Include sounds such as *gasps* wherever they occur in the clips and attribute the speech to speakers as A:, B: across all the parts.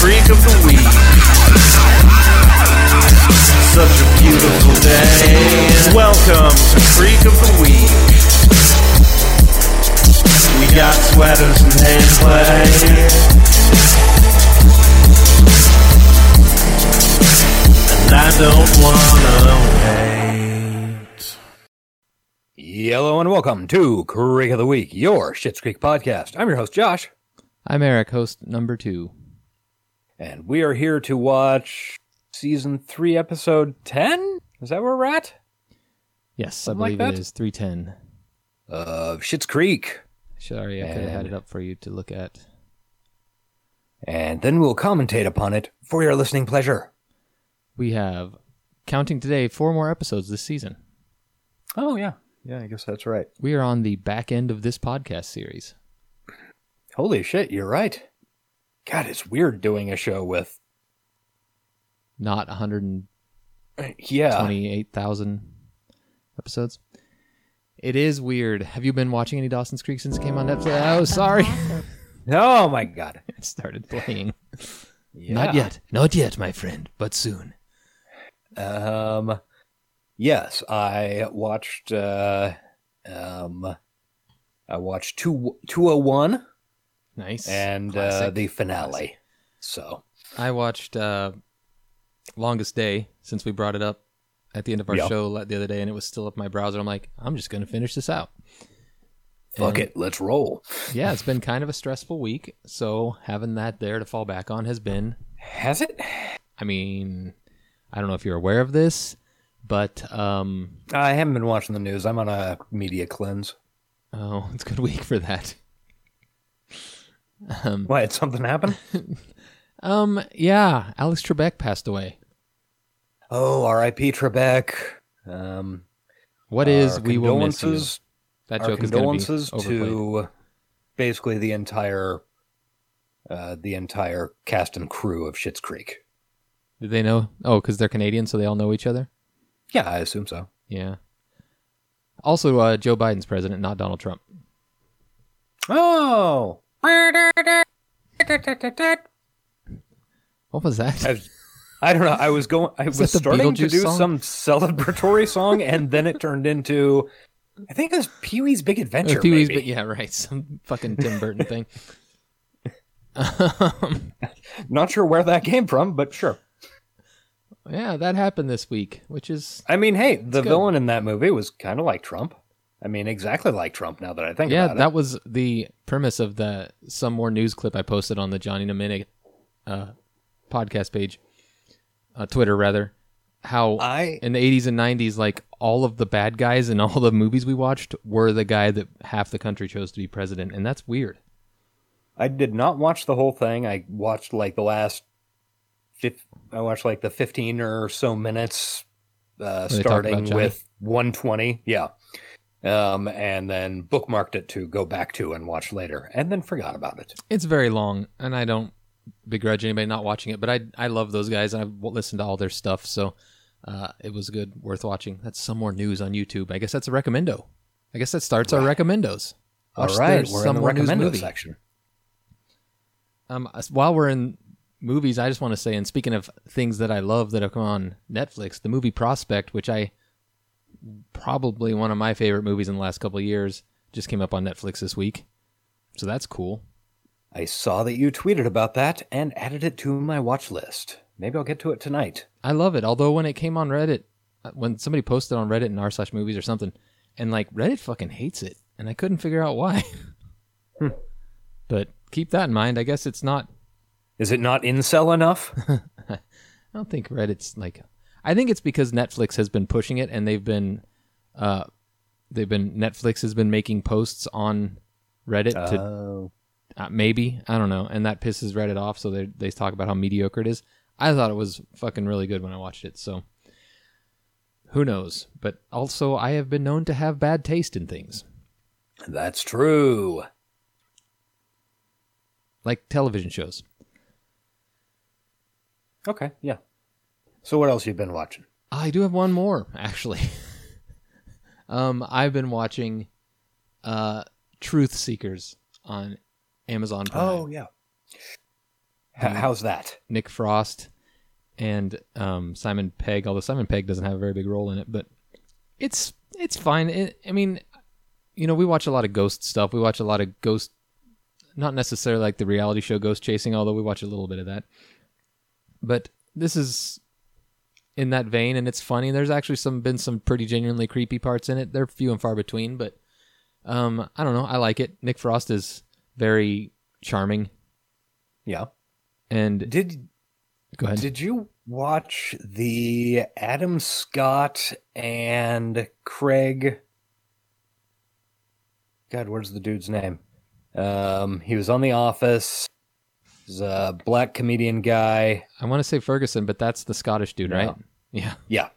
A: freak of the week. Such a beautiful day. Welcome to Freak of the Week. We got sweaters and hand And I don't wanna wait.
B: Yellow and welcome to Creek of the Week, your Shits Creek podcast. I'm your host, Josh,
C: I'm Eric, host number two.
B: and we are here to watch season three, episode 10. Is that where we're at?
C: Yes,
B: Something
C: I
B: like
C: believe
B: that?
C: it is three ten.
B: Of Shits Creek.
C: Sorry, I could have had
B: And-
C: it up for you to look at.
B: And then we'll commentate upon it for your listening pleasure.
C: We have counting today four more episodes this season.
B: Oh, yeah. Yeah, I guess that's right.
C: We are on the back end of this podcast series.
B: Holy shit, you're right. God, it's weird doing a show with.
C: Not one hundred
B: Yeah.
C: twenty-eight thousand episodes. It is weird. Have you been watching any Dawson's Creek since it came on Netflix? Oh, *laughs* sorry.
B: Oh, my God.
C: I started playing.
B: Yeah.
C: Not yet. Not yet, my friend, but soon.
B: Um, yes, I watched. Uh, um, I watched two two oh one
C: Nice.
B: and uh,
C: Classic.
B: the finale. So
C: I watched uh, Longest Day since we brought it up at the end of our
B: Yeah.
C: show la- the other day, and it was still up in my browser. I'm like, I'm just gonna finish this
B: *laughs*
C: out.
B: fuck
C: And-
B: it, let's roll.
C: Yeah, it's been kind of a stressful week, so having that there to fall back on has been.
B: Has it?
C: I mean, I don't know if you're aware of this, but um,
B: I haven't been watching the news. I'm on a media cleanse.
C: oh, *laughs* it's a good week for that. Um,
B: Why? Did
C: *laughs*
B: something happen?
C: um, yeah, Alex Trebek passed away.
B: oh, R.I.P. Trebek. Um,
C: What is
B: our
C: we will miss you?
B: condolences-
C: That
B: Our
C: joke is gonna be
B: condolences
C: overplayed.
B: to basically the entire uh, the entire cast and crew of Schitt's Creek.
C: Did they know? Oh, because they're Canadian, so they all know each other.
B: Yeah, I assume so.
C: Yeah. Also, uh, Joe Biden's president, not Donald Trump.
B: Oh,
C: What was that? *laughs*
B: I, I don't know. I was going. I was,
C: that the
B: starting to
C: Beetlejuice
B: do
C: song?
B: some celebratory song, and then it turned into. I think it was Pee Wee's Big Adventure.
C: Uh, Pee Wee's,
B: maybe.
C: but yeah, right. *laughs* Some fucking Tim Burton
B: *laughs*
C: thing. um,
B: Not sure where that came from, but sure.
C: yeah, that happened this week, which is
B: I mean, hey, the
C: good.
B: villain in that movie was kind of like Trump. I mean, exactly like Trump. Now that I think
C: yeah,
B: about
C: that was the premise of the some more news clip I posted on the Johnny in a Minute uh, podcast page, uh, Twitter rather. How
B: it, I
C: in the 80s and 90s like all of the bad guys in all the movies we watched were the guy that half the country chose to be president and that's weird
B: I did not watch the whole thing. I watched like the last. fif- I watched like the fifteen or so minutes, uh,
C: they talk about
B: starting
C: Johnny?
B: with one twenty. Yeah, um, and then bookmarked it to go back to and watch later, and then forgot about it.
C: it's very long and i don't begrudge anybody not watching it but i i love those guys and i've w- listened to all their stuff so uh, it was good worth watching that's some more news on youtube i guess that's a recommendo i guess that starts our recommendos Watch
B: All right,
C: their
B: we're in the
C: More News
B: recommendo
C: movie.
B: section.
C: Um, as- while we're in movies, I just want to say, and speaking of things that I love that have come on Netflix, the movie Prospect, which I probably one of my favorite movies in the last couple of years, just came up on Netflix this week. So that's cool.
B: I saw that you tweeted about that and added it to my watch list. Maybe I'll get to it tonight.
C: I love it. Although when it came on Reddit, uh, when somebody posted on Reddit in r slash movies or something, and like Reddit fucking hates it, and I couldn't figure out why. *laughs* But keep that in mind. I guess it's not
B: Is it not incel *laughs* enough?
C: I don't think Reddit's like. I think it's because Netflix has been pushing it, and they've been, uh, they've been Netflix has been making posts on Reddit to
B: Oh.
C: uh, maybe I don't know, and that pisses Reddit off. So they they talk about how mediocre it is. I thought it was fucking really good when I watched it. So who knows? But also, I have been known to have bad taste in things
B: that's true.
C: like television shows.
B: Okay, yeah. So what else you been watching?
C: I do have one more actually. *laughs* um, I've been watching,
B: Oh,
C: uh, Truth Seekers on Amazon Prime.
B: yeah. H- how's that?
C: Nick Frost and um, Simon Pegg. Although Simon Pegg doesn't have a very big role in it, but it's it's fine. It, I mean, you know, we watch a lot of ghost stuff. We watch a lot of ghost, not necessarily like the reality show Ghost Chasing, although we watch a little bit of that. But this is in that vein, and it's funny. There's actually some been some pretty genuinely creepy parts in it. They're few and far between, but um, I don't know. I like it. Nick Frost is very charming,
B: Yeah.
C: and
B: Did
C: go ahead.
B: did you watch the Adam Scott and Craig? God, where's the dude's name? Um, he was on The Office. He's a black comedian guy.
C: I want to say Ferguson, but that's the Scottish dude,
B: No.
C: right? Yeah,
B: Yeah.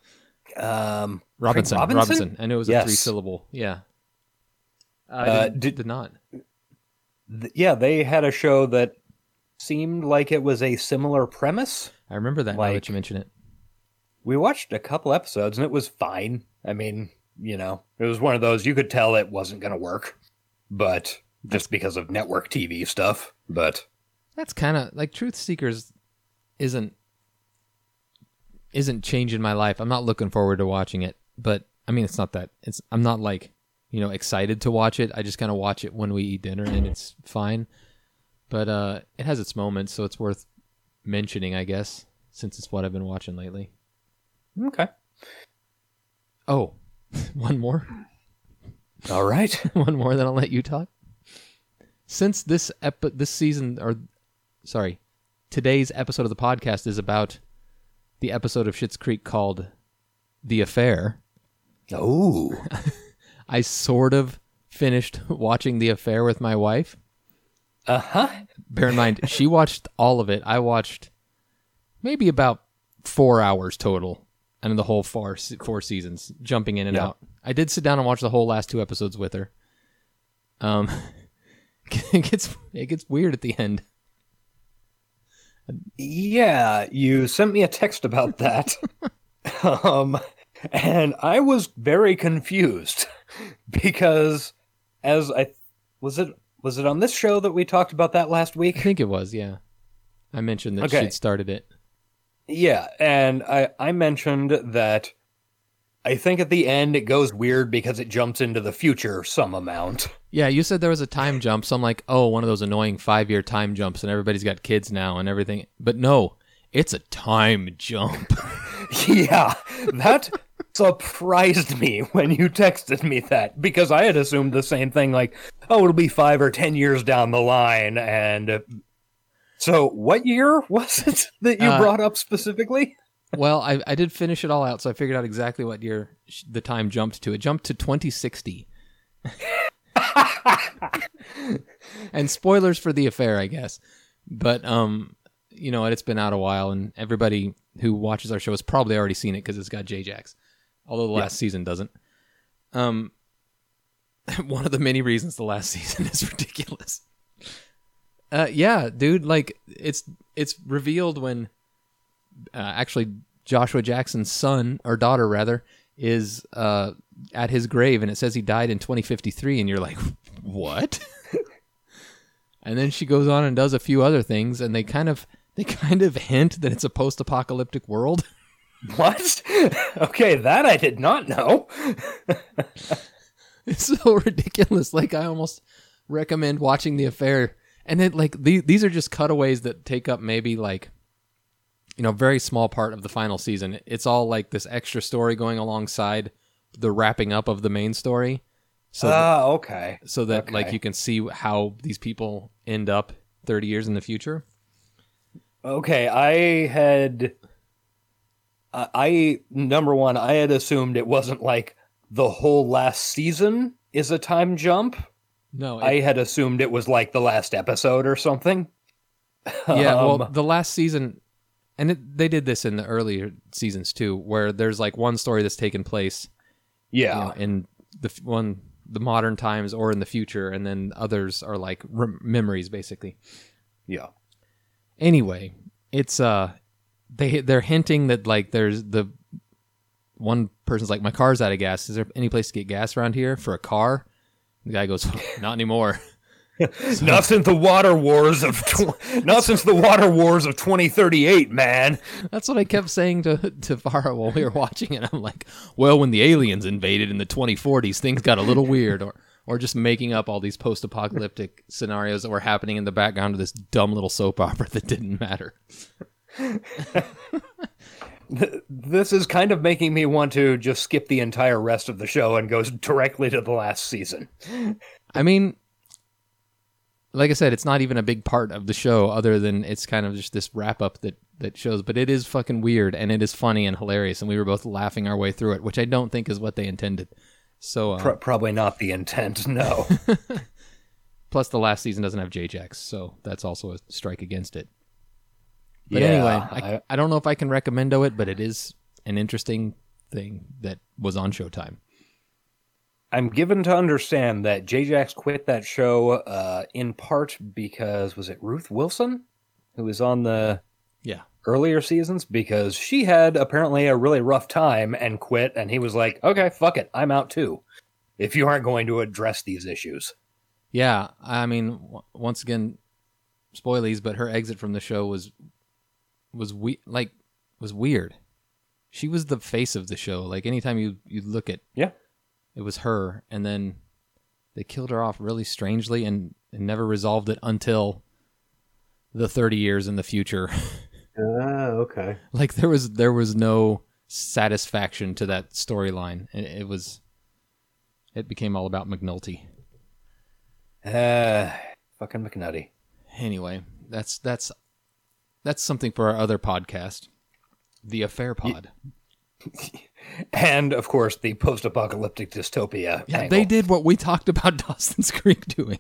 B: Um, Craig
C: Robinson. Robinson. I know it was a
B: Yes.
C: three syllable. Yeah. I
B: Uh,
C: didn't-
B: did-
C: did not.
B: Th- yeah, they had a show that seemed like it was a similar premise.
C: I remember that now that
B: Like-
C: you mention it.
B: We watched a couple episodes and it was fine. I mean, you know, it was one of those you could tell it wasn't going to work, but just because of network TV stuff. But
C: That's kind of like Truth Seekers isn't isn't changing my life. I'm not looking forward to watching it, but I mean it's not that it's I'm not like, you know, excited to watch it. I just kind of watch it when we eat dinner and it's fine. But uh it has its moments, so it's worth mentioning, I guess, since it's what I've been watching lately.
B: okay,
C: Oh, *laughs* one more. *laughs*
B: all right.
C: one more then I'll let you talk. Since this epi- this season or sorry, today's episode of the podcast is about the episode of Shits Creek called The Affair.
B: oh,
C: I sort of finished *laughs* watching The Affair with my wife.
B: uh huh.
C: Bear in mind, she watched all of it. I watched maybe about 4 hours total and the whole four four seasons jumping in and
B: Yeah.
C: out. I did sit down and watch the whole last two episodes with her. Um, *laughs* it gets it gets weird at the end.
B: Yeah, you sent me a text about that. um, and I was very confused *laughs* because as I was it was it on this show that we talked about that last
C: I
B: week?
C: think it was, yeah. I mentioned that
B: Okay.
C: she'd started it.
B: Yeah, and I I mentioned that I think at the end it goes weird because it jumps into the future some amount. *laughs*
C: Yeah, you said there was a time jump, so I'm like, oh, one of those annoying five year time jumps, and everybody's got kids now and everything. But no, it's a time jump.
B: yeah,
C: *laughs*
B: that surprised me when you texted me that because I had assumed the same thing like, oh, it'll be five or 10 years down the line. And uh, so, what year was *laughs* it that you
C: Uh,
B: brought up specifically? *laughs*
C: well, I, I did finish it all out, so I figured out exactly what year sh- the time jumped to. It jumped to 2060. *laughs* and spoilers for the affair, I guess. But um, you know, it's been out a while, and everybody who watches our show has probably already seen it because it's got J-Jax, although the last season doesn't. Um, *laughs* one of the many reasons the last *laughs* season is ridiculous. Uh, yeah, dude, like it's it's revealed when uh, actually Joshua Jackson's son or daughter rather is uh, at his grave and it says he died in 2053 and you're like *laughs* what *laughs* and then she goes on and does a few other things and they kind of they kind of hint that it's a post-apocalyptic world
B: What? *laughs* okay, that I did not know.
C: *laughs* it's so ridiculous like i almost recommend watching the affair and then like the, these are just cutaways that take up maybe like you know very small part of the final season it's all like this extra story going alongside the wrapping up of the main story so
B: Ah, okay.
C: so that like
B: Okay.
C: you can see how these people end up 30 years in the future
B: Okay, I had. I- I number one, I had assumed it wasn't like the whole last season is a time jump.
C: no
B: I had assumed it was like the last episode or something.
C: yeah well
B: Um,
C: the last season and it, they did this in the earlier seasons too where there's like one story that's taken place you
B: yeah,
C: know, in the f- one the modern times or in the future and then others are like rem- memories basically
B: yeah,
C: anyway it's uh they they're hinting that like there's the one person's like my car's *laughs* out of gas is there any place to get gas around here for a car the guy goes not anymore
B: not since the water wars of tw- not since the water wars of 2038, man.
C: That's what I kept saying to *laughs* to Vara while we were watching it. I'm like, well, when the aliens invaded in the 2040s, things got a little weird, or or just making up all these post-apocalyptic scenarios that were happening in the background of this dumb little soap opera *laughs* that didn't matter.
B: This is kind of making me want to just skip the entire rest of the show and go directly to the last season.
C: I mean, like I said, it's not even a big part of the show, other than it's kind of just this wrap up that that shows. But it is fucking weird, and it is funny and hilarious, and we were both laughing our way through it, which I don't think is what they intended. So, uh,
B: Pro- probably not the intent, no.
C: plus the last season doesn't have Jax, so that's also a strike against it. But
B: Yeah,
C: anyway, I, I, don't know if I can recommendo it, but it is an interesting thing that was on Showtime.
B: I'm given to understand that Jax quit that show uh, in part because was it Ruth Wilson who was on the
C: Yeah.
B: earlier seasons because she had apparently a really rough time and quit and he was like, "Okay, fuck it. I'm out too." If you aren't going to address these issues.
C: Yeah, I mean, w- once again, spoilies, but her exit from the show was was we like was weird. She was the face of the show. Like anytime you you look at
B: Yeah.
C: it was her, and then they killed her off really strangely and, and never resolved it until the thirty years in the future. *laughs*
D: Oh, okay.
C: like there was there was no satisfaction to that storyline. It, it was it became all about McNulty.
B: Uh, fucking McNutty.
C: anyway that's that's that's something for our other podcast the affair pod
B: And of course, the post-apocalyptic dystopia.
C: yeah
B: angle.
C: they did what we talked about *laughs* dawson's creek doing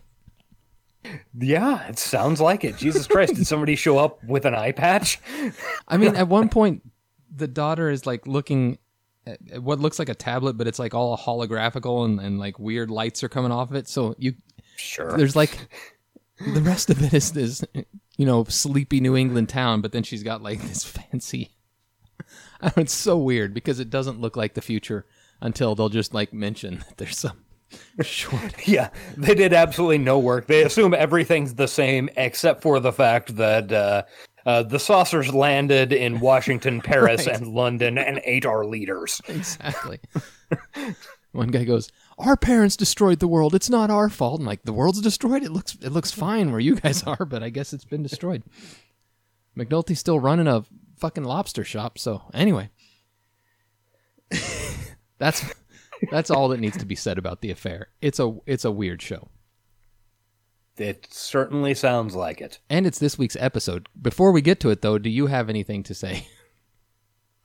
B: Yeah, it sounds like it. Jesus Christ, did somebody show up with an
C: *laughs*
B: eye patch?
C: i mean at one point the daughter is like looking at at what looks like a tablet but it's like all holographical and, and like weird lights are coming off of it so you
B: Sure.
C: there's like the rest of it is this you know sleepy new england town but then she's got like this fancy *laughs* I don't know, it's so weird because it doesn't look like the future until they'll just like mention that there's some *laughs* short
B: Yeah, they did absolutely no work. They assume everything's the same except for the fact that uh, uh, the saucers landed in *laughs* Washington, Paris, and London and ate our leaders. *laughs*
C: exactly *laughs* one guy goes our parents destroyed the world it's not our fault and like the world's destroyed it looks it looks fine where you guys are but i guess it's been destroyed *laughs* mcnulty's still running a fucking lobster shop so anyway *laughs* that's that's all that needs to be said about the affair it's a it's a weird show
B: It certainly sounds like it.
C: and it's this week's episode before we get to it though do you have anything to say *laughs*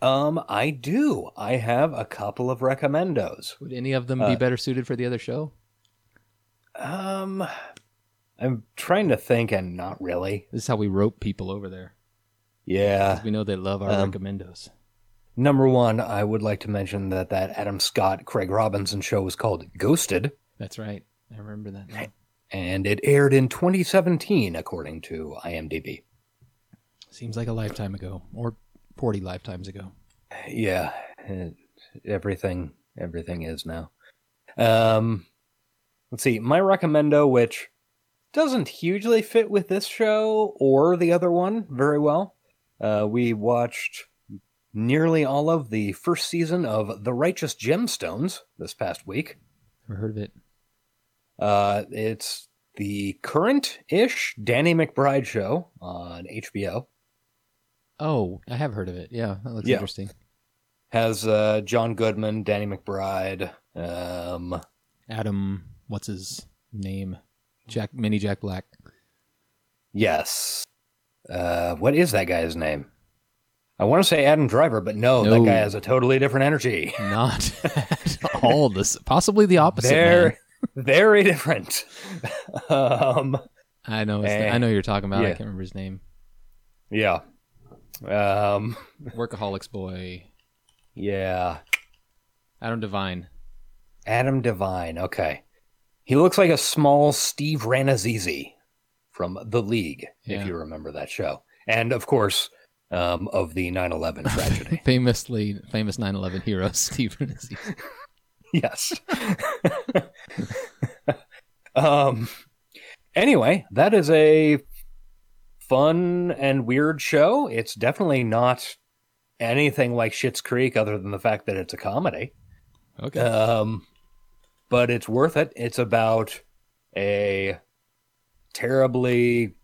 B: Um, I do. I have a couple of recommendos.
C: would any of them be better suited for the other show
B: Um, I'm trying to think, and not really.
C: this is how we rope people over there
B: Yeah.
C: we know they love our
B: Um,
C: recommendos
B: Number one, I would like to mention that that Adam Scott Craig Robinson show was called Ghosted,
C: That's right. I remember that. Now.
B: and it aired in 2017, according to IMDb.
C: Seems like a lifetime ago, or forty lifetimes ago.
B: Yeah, it- everything everything is now. Um, let's see, my recommendo, which doesn't hugely fit with this show or the other one very well. Uh, we watched nearly all of the first season of The Righteous Gemstones this past week.
C: Never heard of it.
B: Uh, it's the current ish Danny McBride show on HBO.
C: Oh, I have heard of it. Yeah, that looks
B: Yeah.
C: interesting.
B: Has uh, John Goodman, Danny McBride, um,
C: Adam, what's his name? Jack, Mini Jack Black.
B: Yes. Uh, what is that guy's name? I want to say Adam Driver, but no,
C: No.
B: that guy has a totally different energy.
C: Not *laughs* at all. This possibly the
B: *laughs*
C: opposite.
B: Very,
C: man.
B: very different. *laughs* um,
C: I know. it's-
B: Eh.
C: I know who you're talking about. I
B: Yeah.
C: can't remember his name.
B: yeah. Um,
C: Workaholics boy.
B: yeah.
C: Adam Devine.
B: Adam Devine. Okay. He looks like a small Steve Ranazizi from The League,
C: Yeah.
B: if you remember that show. And of course, um, of the 9 11 tragedy.
C: *laughs* Famously, famous 9/11 hero *laughs* Steve Renzi.
B: Yes. um, Anyway, that is a fun and weird show. It's definitely not anything like Schitt's Creek, other than the fact that it's a comedy.
C: Okay.
B: Um, but it's worth it. It's about a terribly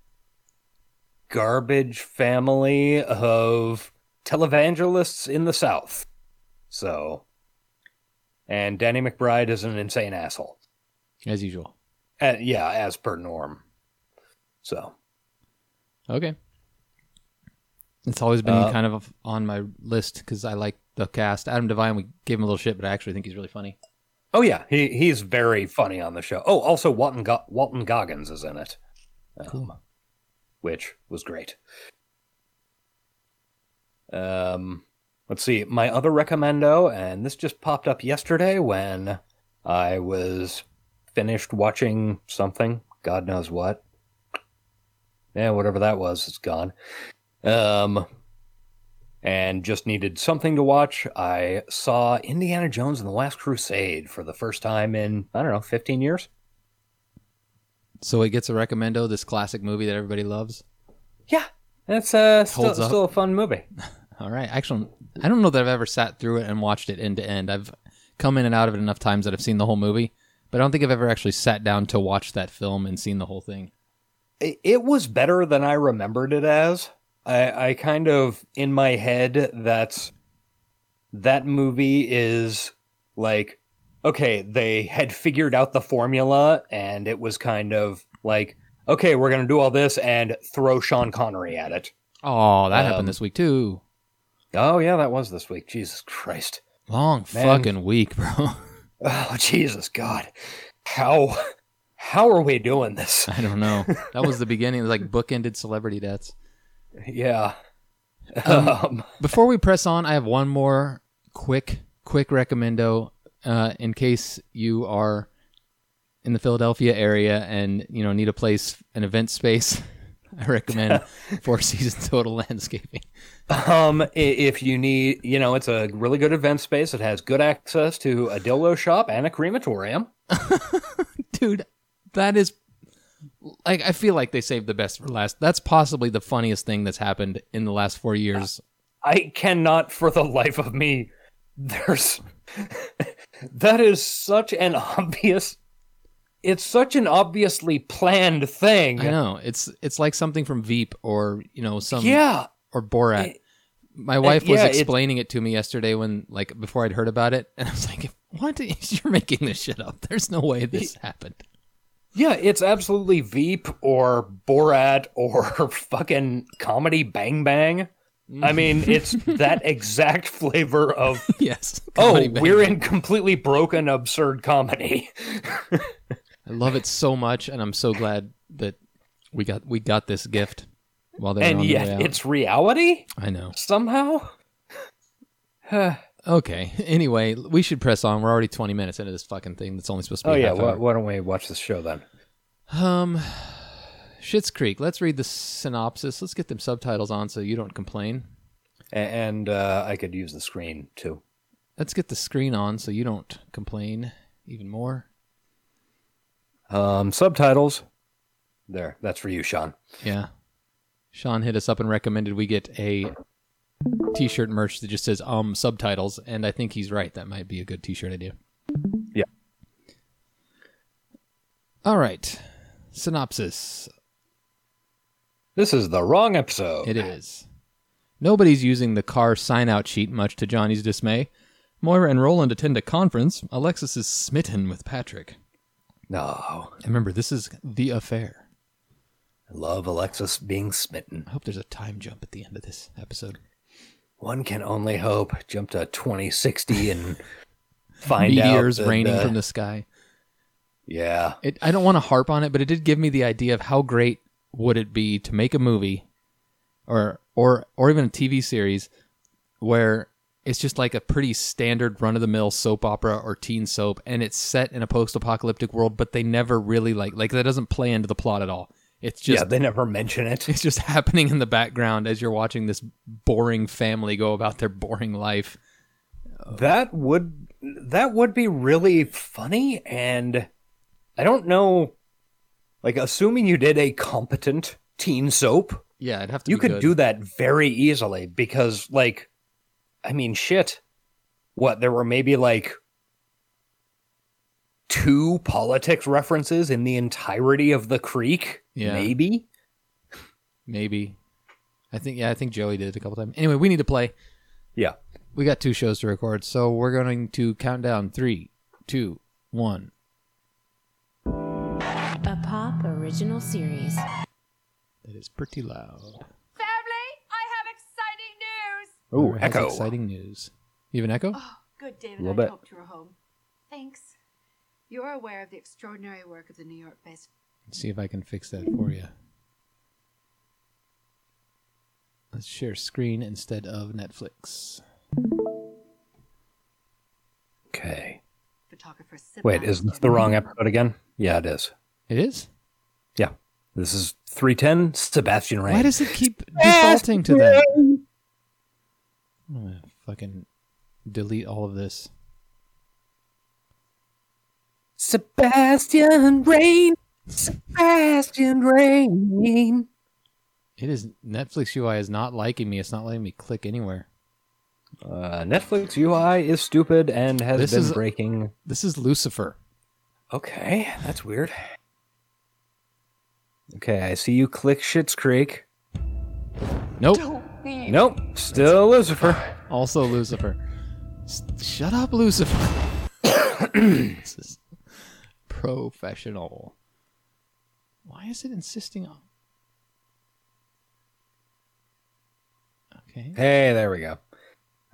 B: garbage family of televangelists in the South. So, and Danny McBride is an insane asshole.
C: As usual.
B: Uh, yeah, as per norm. So,
C: Okay. It's always been
B: Uh,
C: kind of on my list because I like the cast. Adam Devine, we gave him a little shit, but I actually think he's really funny.
B: oh yeah, he he's very funny on the show. Oh, also Walton Go- Walton Goggins is in it, Uh,
C: Cool.
B: which was great. Um, let's see, my other recommendo, and this just popped up yesterday when I was finished watching something, God knows what. Yeah, whatever that was, it's gone. Um, and just needed something to watch. I saw Indiana Jones and the Last Crusade for the first time in, I don't know, 15 years.
C: So it gets a recommendo, this classic movie that everybody loves.
B: Yeah, it's uh, still,
C: Holds up.
B: still a fun movie.
C: All right. Actually, I don't know that I've ever sat through it and watched it end to end. I've come in and out of it enough times that I've seen the whole movie, but I don't think I've ever actually sat down to watch that film and seen the whole thing.
B: it it was better than I remembered it as. I, I kind of in my head that's that movie is like okay, they had figured out the formula and it was kind of like okay, we're going to do all this and throw Sean Connery at it.
C: Oh, that
B: Um,
C: happened this week too.
B: Oh yeah, that was this week. Jesus Christ.
C: Long
B: man.
C: fucking week, bro.
B: Oh Jesus God. How how are we doing *laughs*
C: *laughs*
B: this?
C: I don't know. *laughs* That was the beginning. It was like bookended celebrity deaths.
B: Yeah.
C: Um,
B: Um,
C: Before we press on, I have one more quick, quick recommendo uh, in case you are in the Philadelphia area and you know need a place, an event space. *laughs* I recommend Four Seasons Total Landscaping.
B: Um, i- if you need, you know, it's a really good event space. It has good access to a dildo shop and a crematorium.
C: Dude, that is like I feel like they saved the best for last. That's possibly the funniest thing that's happened in the last four years.
B: I cannot, for the life of me, there's *laughs* that is such an obvious. It's such an obviously planned thing.
C: I know it's it's like something from Veep or you know some
B: Yeah,
C: or Borat.
B: It-
C: My wife
B: yeah,
C: was
B: it-
C: explaining it, to me yesterday when like before I'd heard about it, and I was like, "What? *laughs* You're making this shit up? There's no way this happened." *laughs*
B: yeah. It's absolutely Veep or Borat or *laughs* fucking comedy Bang Bang. I mean,
C: *laughs*
B: it's that exact flavor of
C: Yes.
B: *laughs* oh,
C: Comedy Bang
B: we're
C: Bang.
B: in completely broken,
C: *laughs*
B: absurd comedy.
C: I love it so much, and I'm so glad that we got we got this gift while they were
B: and
C: on
B: yet
C: their way out.
B: it's reality
C: I know.
B: somehow.
C: Okay. Anyway, we should press on. We're already 20 minutes into this fucking thing that's only supposed to be.
B: Oh
C: a
B: yeah,
C: half
B: why,
C: hour.
B: why don't we watch this show then?
C: Um, Shit's Creek. Let's read the synopsis. Let's get them subtitles on so you don't complain.
B: A- And uh, I could use the screen too.
C: Let's get the screen on so you don't complain even more.
B: Um, subtitles. There, that's for you, Sean.
C: Yeah. Sean hit us up and recommended we get a t-shirt merch that just says um subtitles and I think he's right. That might be a good t-shirt idea.
B: Yeah.
C: All right. Synopsis.
B: This is the wrong episode.
C: It is. Nobody's using the car sign out sheet much to Johnny's dismay. Moira and Roland attend a conference. Alexis is smitten with Patrick.
B: No,
C: And remember, this is the affair.
B: I love Alexis being smitten.
C: I hope there's a time jump at the end of this episode.
B: One can only hope. Jump to twenty
C: *laughs*
B: sixty and find out
C: Meteors
B: that,
C: raining
B: uh,
C: from the sky.
B: Yeah,
C: It, I don't want to harp on it, but it did give me the idea of how great would it be to make a movie, or or or even a TV series, where it's just like a pretty standard run of the mill soap opera or teen soap, and it's set in a post apocalyptic world, but they never really like like that doesn't play into the plot at all. It's just
B: yeah. They never mention it.
C: it's just *laughs* happening in the background as you're watching this boring family go about their boring life. Oh.
B: That would that would be really funny and I don't know Like, assuming you did a competent teen soap,
C: Yeah, it'd have to.
B: you
C: be
B: could
C: good.
B: do that very easily because, like, I mean, shit. What, there were maybe like two politics references in the entirety of The Creek?
C: Yeah.
B: Maybe?
C: maybe. I think yeah, I think Joey did it a couple times. Anyway, we need to play.
B: Yeah.
C: We got two shows to record, so we're going to count down three, two, one.
E: A Pop Original Series.
C: That is pretty loud.
F: Family, I have exciting news. Oh.
B: Ooh,
C: Whoever has
B: Echo.
C: Exciting news. You have an echo?
F: Good, David.
B: Little
F: I
B: bit.
F: hoped you were home. Thanks. You're aware of the extraordinary work of the New York-based.
C: Let's see if I can fix that for you. Let's share screen instead of Netflix.
B: Okay.
F: Photographer
B: Wait, is this the wrong episode again? Yeah, it is.
C: It is.
B: Yeah. This is 310 Sebastian Rain.
C: Why does it
F: *laughs*
C: keep defaulting to that? I'm gonna fucking delete all of this.
B: Sebastian Rain. Sebastian Rain.
C: It is Netflix UI is not liking me. It's not letting me click anywhere.
B: Uh, Netflix UI is stupid and has
C: This
B: been
C: is-
B: breaking.
C: This is Lucifer.
B: Okay, that's weird. Okay, I see you click Shits Creek.
C: Nope.
B: Nope, still Lucifer.
C: Also Lucifer. S- Shut up, Lucifer. this is professional. Why is it insisting on? Okay.
B: Hey, there we go.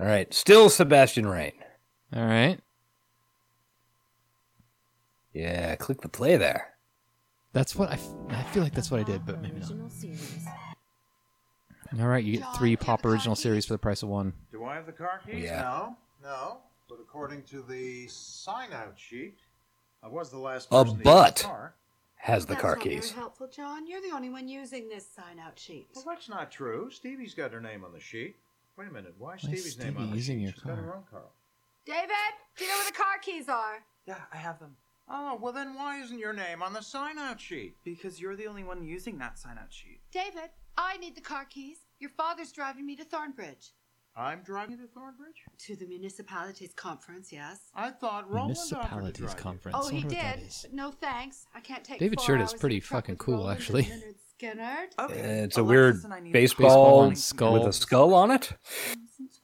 B: All right, still Sebastian Rain.
C: All right.
B: Yeah, click the play there.
C: That's what I. f- I feel like that's what I did, but
E: Pop
C: maybe not.
E: Original Series.
C: All right, you get three pop original series for the price of one.
G: Do I have the car keys?
B: Yeah.
G: No, no. But according to the sign-out sheet, I was the last
B: A
G: person to use
B: butt.
G: the car.
B: Has the
F: That's
B: car
F: not
B: keys.
F: Very helpful, John. You're the only one using this sign-out sheet.
G: Well, that's not true. Stevie's got her name on the sheet. Wait a minute. Why is
C: Why is
G: Stevie's name on
C: Stevie
G: the
C: using
G: sheet?
C: your
G: She's got her
C: car?
G: own car.
F: David, do you know where the car keys are?
H: Yeah, I have them.
G: Oh, well then why isn't your name on the sign-out sheet?
H: Because you're the only one using that sign out sheet.
F: David, I need the car keys. Your father's driving me to Thornbridge.
G: I'm driving to Thornbridge?
F: To the municipality's conference, yes.
G: I thought Roland offered to
C: Municipalities
G: drive you.
C: conference.
F: Oh,
C: I
F: he
C: wonder what that
F: did.
C: is.
F: but No thanks. I can't take.
C: David
F: four
C: Shirt is
F: hours in
C: pretty
F: the truck
C: fucking
F: with
C: cool,
F: Roland and
C: actually.
F: Leonard Skinner.
H: Okay.
B: Uh, It's a
H: last
B: weird
H: lesson I need-
C: Baseball
B: baseball,
C: and skull.
B: with a skull on it.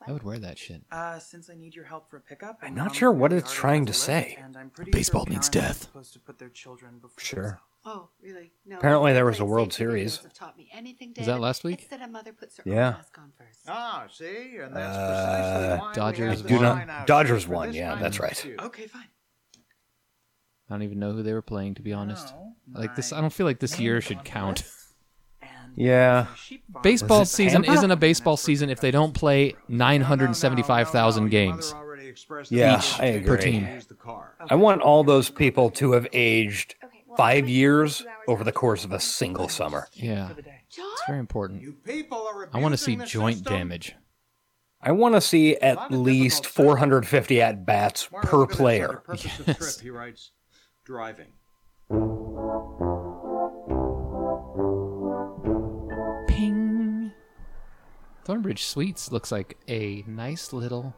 C: I would wear that shit.
H: Uh, since I need your help for a pickup,
B: I'm
H: I
B: not
H: found
B: sure
H: the
B: what
H: Family
B: it's
H: Artist
B: trying to
H: list,
B: say.
H: and I'm pretty
C: Baseball
H: sure
C: means
H: parents are
C: death.
H: Supposed to put their children before
B: Sure.
H: themselves.
F: Oh, really? No.
B: Apparently there was a
F: Playing
B: World
F: safety videos
B: Series.
F: have taught me anything,
C: that
F: David.
C: last week?
F: It's that a mother puts her
B: Yeah.
F: own mask on first.
I: Oh.
G: Ah, see, and that's
B: Uh,
G: precisely why we
C: Dodgers
G: have the
C: won.
I: uh,
G: sign-out
B: Dodgers
G: sheet for
B: won,
G: this
B: yeah,
G: kind of
B: that's right.
G: dispute.
H: Okay, fine.
C: I don't even know who they were playing, to be honest.
H: No,
C: Like this,
H: my
C: I don't feel like this
H: name's
C: year
H: on
C: should
H: the
C: count.
H: list, and
B: Yeah.
H: there's a sheep farm
C: Baseball
B: Was it
C: season
B: Tampa?
C: isn't a baseball season if they don't play
G: No, no, no, no,
C: 975,000
G: no, no, your
C: games.
G: mother already expressed
B: Yeah,
G: that she
B: I
G: didn't
B: agree.
G: choose to use the car.
B: I want all those people to have aged five years over the course of a single summer.
C: Yeah,
H: for the day.
F: John,
C: it's very important.
G: You people are
C: I want to see
G: abusing the
C: joint
G: system.
C: damage.
B: I want to see at
G: Not a
B: least
G: difficult trip.
B: 450 at bats
G: Mark
B: per
G: Rubin, for the
B: player.
G: purpose
B: *laughs*
G: of
C: Yes.
G: trip, he writes, driving.
C: Ping. Thornbridge Suites looks like a nice little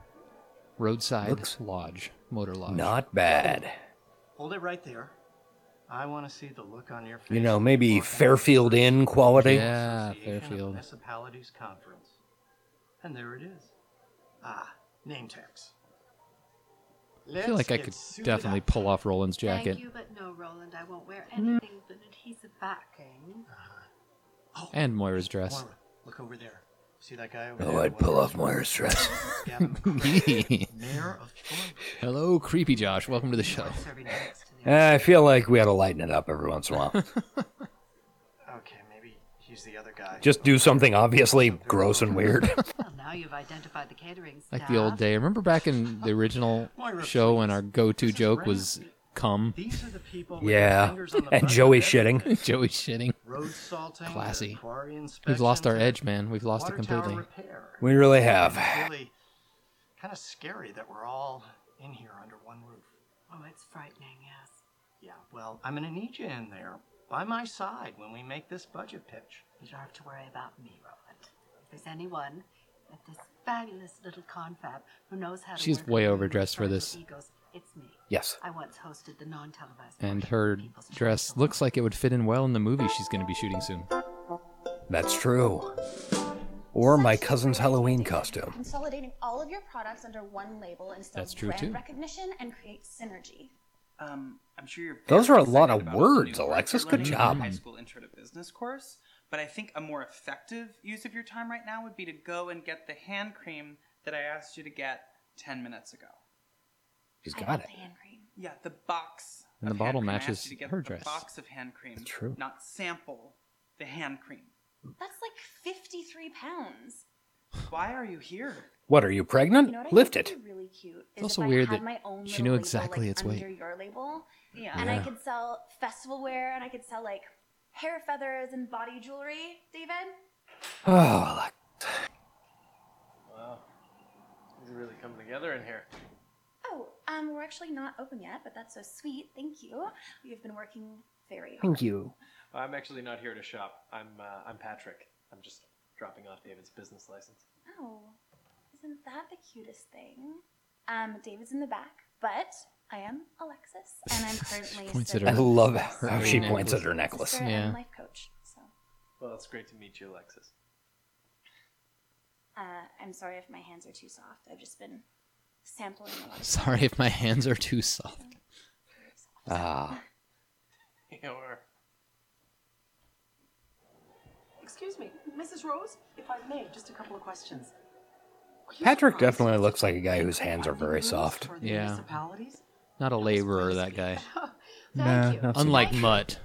C: roadside
B: Looks-
C: lodge, motor lodge.
B: Not bad.
H: Hold it right there. I want to see the look on your face.
B: You know,
H: when
B: maybe
H: walk in.
B: Fairfield Inn quality.
C: Yeah,
H: Association of
C: Fairfield.
H: Municipalities Conference. And there it is. Ah, name tags.
C: I feel like I could definitely pull off Roland's jacket
F: Thank you, but no, Roland. I won't wear anything but adhesive backing.
H: Oh,
C: and
H: *laughs*
C: Moira's dress. *laughs*
H: Moira, look over there. See that guy over there?
B: Oh, I'd pull off Moira's dress.
H: Gavin McCrae, Mayor of Thornbridge.
C: Hello, creepy Josh. Welcome to the show.
F: Serving next to the
B: *laughs* Eh, I feel like we ought to lighten it up every once in a while.
H: Okay, maybe he's the other guy.
B: Just do something obviously gross and weird.
F: well, now you've identified the catering staff.
C: Like the old day. Remember back in the original
H: Moira,
C: show when
H: please.
C: our go-to
H: This is
C: joke
H: rare.
C: was "come."
H: These are the people. with their
B: Yeah.
H: fingers on the
B: *laughs* And
H: button
B: Joey
H: of everything.
C: *laughs*
B: shitting.
C: Joey shitting.
H: Road salting. their
C: Classy.
H: quarry
C: We've lost our
H: inspections,
C: edge, man. We've lost it
H: water tower
C: completely.
H: repair.
B: We really have.
H: It's really kind of scary that we're all in here under one roof.
F: Oh, it's frightening. Yes.
H: Yeah, well, I'm going to need you in there. by my side when we make this budget pitch.
F: You don't have to worry about me, Roland. If there's anyone at this fabulous little confab who knows how to
C: She's
F: work
C: way
F: around
C: overdressed for
F: tribal
C: this.
F: Egos, it's me.
B: Yes.
F: I once hosted the non-televised.
C: And
F: portion of
C: her
F: People's
C: dress
F: Choice
C: looks like it would fit in well in the movie she's going to be shooting soon. *laughs*
B: That's true. Or my cousin's Halloween costume.
J: Consolidating all of your products under one label instills
C: That's true,
J: brand
C: too.
J: recognition and creates synergy.
K: Um, I'm sure you're.
B: Those are a
K: very
B: lot of
K: excited about the
B: words,
K: new
B: Alexis.
K: curriculum
B: Good
K: in
B: job.
K: your High school intro to business course, but I think a more effective use of your time right now would be to go and get the hand cream that I asked you to get ten minutes ago.
B: She's
J: I love
B: got it.
J: the hand cream.
K: Yeah, the box.
C: And
K: of
C: the bottle
K: hand cream. I asked
C: matches
K: you to get
C: her
K: the
C: dress.
K: Box of hand cream.
B: That's true.
K: Not sample the hand cream.
J: That's like 53 pounds.
K: Why are you here?
B: What are you pregnant?
J: You know what I
B: Hmm, Lift
J: think
B: it.
J: would be really cute is
C: It's also
J: if I
C: weird
J: had
C: that
J: my own
C: she
J: little
C: knew
J: label,
C: exactly
J: like,
C: its
J: under
C: weight.
J: your label.
K: Yeah.
J: And
B: Yeah.
J: I could sell festival wear and I could sell like hair feathers and body jewelry, David.
B: Oh, like,
H: Wow. Things are really coming together in here.
J: Oh, um, we're actually not open yet, but that's so sweet. Thank you. You've been working very hard.
B: thank you.
H: I'm actually not here to shop. I'm uh, I'm Patrick. I'm just dropping off David's business license.
J: Oh, isn't that the cutest thing? Um, David's in the back, but I am Alexis,
C: *laughs*
J: and I'm currently a
C: Points at
J: certified
C: her.
B: I love how
C: Her
B: she
C: necklace.
B: points at her
J: sister
B: necklace.
J: and
C: Yeah.
J: life coach. So,
H: Well, it's great to meet you, Alexis. *laughs*
J: uh, I'm sorry if my hands are too soft. I've just been sampling a lot. Of
C: Sorry if my hands are too soft.
B: Ah,
H: or
F: Excuse me, Mrs. Rose, if I may, just a couple of questions. Are you
B: Patrick
F: surprised
B: definitely
F: that
B: looks like a
F: the
B: guy whose hands are
F: funding
B: very
F: rules
B: soft.
F: for the
C: Yeah.
F: municipalities?
C: Not a laborer, that guy.
F: Thank you.
C: Unlike Mutt.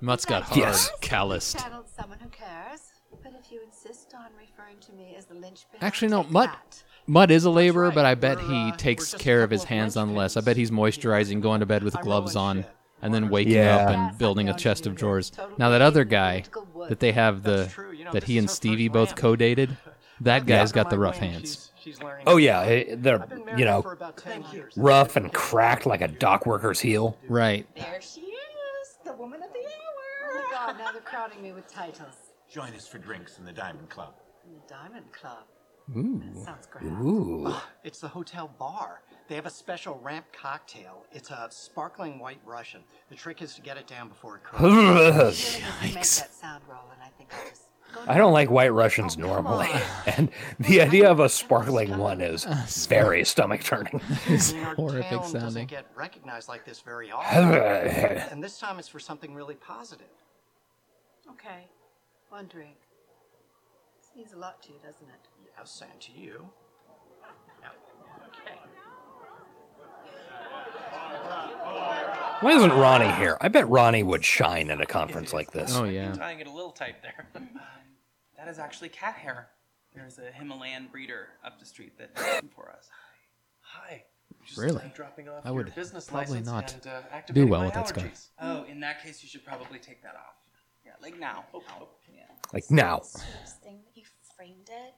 C: Mutt's got hard,
B: Yes.
C: calloused.
F: Channeled someone who cares, but if you insist on referring to me as the linchpin,
C: Actually,
F: I'll
C: no,
F: take
C: Mutt.
F: that.
C: Mutt is a laborer,
H: right.
C: but I bet
H: We're,
C: he
H: uh, we're
C: takes
H: just a
C: care of
H: couple
C: his
H: of
C: hands on
H: lunch
C: less. I bet he's moisturizing, going to bed with
H: I'm
C: gloves
H: rolling
C: on,
H: shit.
C: and then waking
B: Yeah.
C: up
F: Yes,
C: and
F: I
C: building a
F: know
C: chest
F: you
C: of
F: do.
C: drawers.
F: Totally
C: Now that other
F: made me
C: guy
F: into the wood.
C: that they have the
H: That's true. You know,
C: that
H: this
C: he
H: is
C: and
H: her first
C: Stevie both
H: lamp.
C: co-dated, that
H: Yeah.
C: guy's got the
H: My
C: rough
H: wing,
C: hands.
H: she's- she's learning.
B: oh yeah, eh,
H: I've been
B: they're
H: married
B: you know
H: for about 10 years.
B: rough and cracked like a dock worker's heel.
C: Right.
J: There she is, the woman of the hour.
F: Oh my god, now they're crowding me with titles.
I: Join us for drinks in the Diamond Club.
F: In the Diamond Club. That
C: Ooh.
F: sounds great.
B: Ooh,
H: It's the hotel bar. They have a special ramp cocktail. It's a sparkling white Russian. The trick is to get it down before it
C: *laughs*
H: cools.
B: I
F: Really, if you make that sound, Roland, I think I'll just go to
B: don't like White Russians
F: Oh, come
B: normally,
F: on.
B: *laughs* and the idea of a sparkling one is very stomach turning.
C: It's
H: I mean, our
C: horrific
H: town doesn't
C: sounding.
H: get recognized like this
C: *laughs*
H: very often. and this time it's for something really positive.
F: Okay, one drink. This means a lot to you, doesn't it?
H: Yeah, same to you. Yeah. Okay.
B: Why isn't Ronnie here? I bet Ronnie would shine at a conference like this.
C: Oh
I: You're
C: yeah.
I: tying it a little tight
K: *laughs*
I: there.
K: Um,
I: that is actually cat hair. There's a Himalayan breeder up the street that does
K: *laughs*
I: them for us.
H: Hi. Just,
C: Really?
H: uh, dropping off
C: I
H: your
C: would
H: business
C: probably
H: license
C: not
H: and, uh, activating
C: well
H: my
C: with that scarf.
H: allergies.
I: Oh, in that case, you should probably take that off. Yeah, like now. Oh, oh, yeah.
B: Like now.
J: Sweetest thing that you framed it.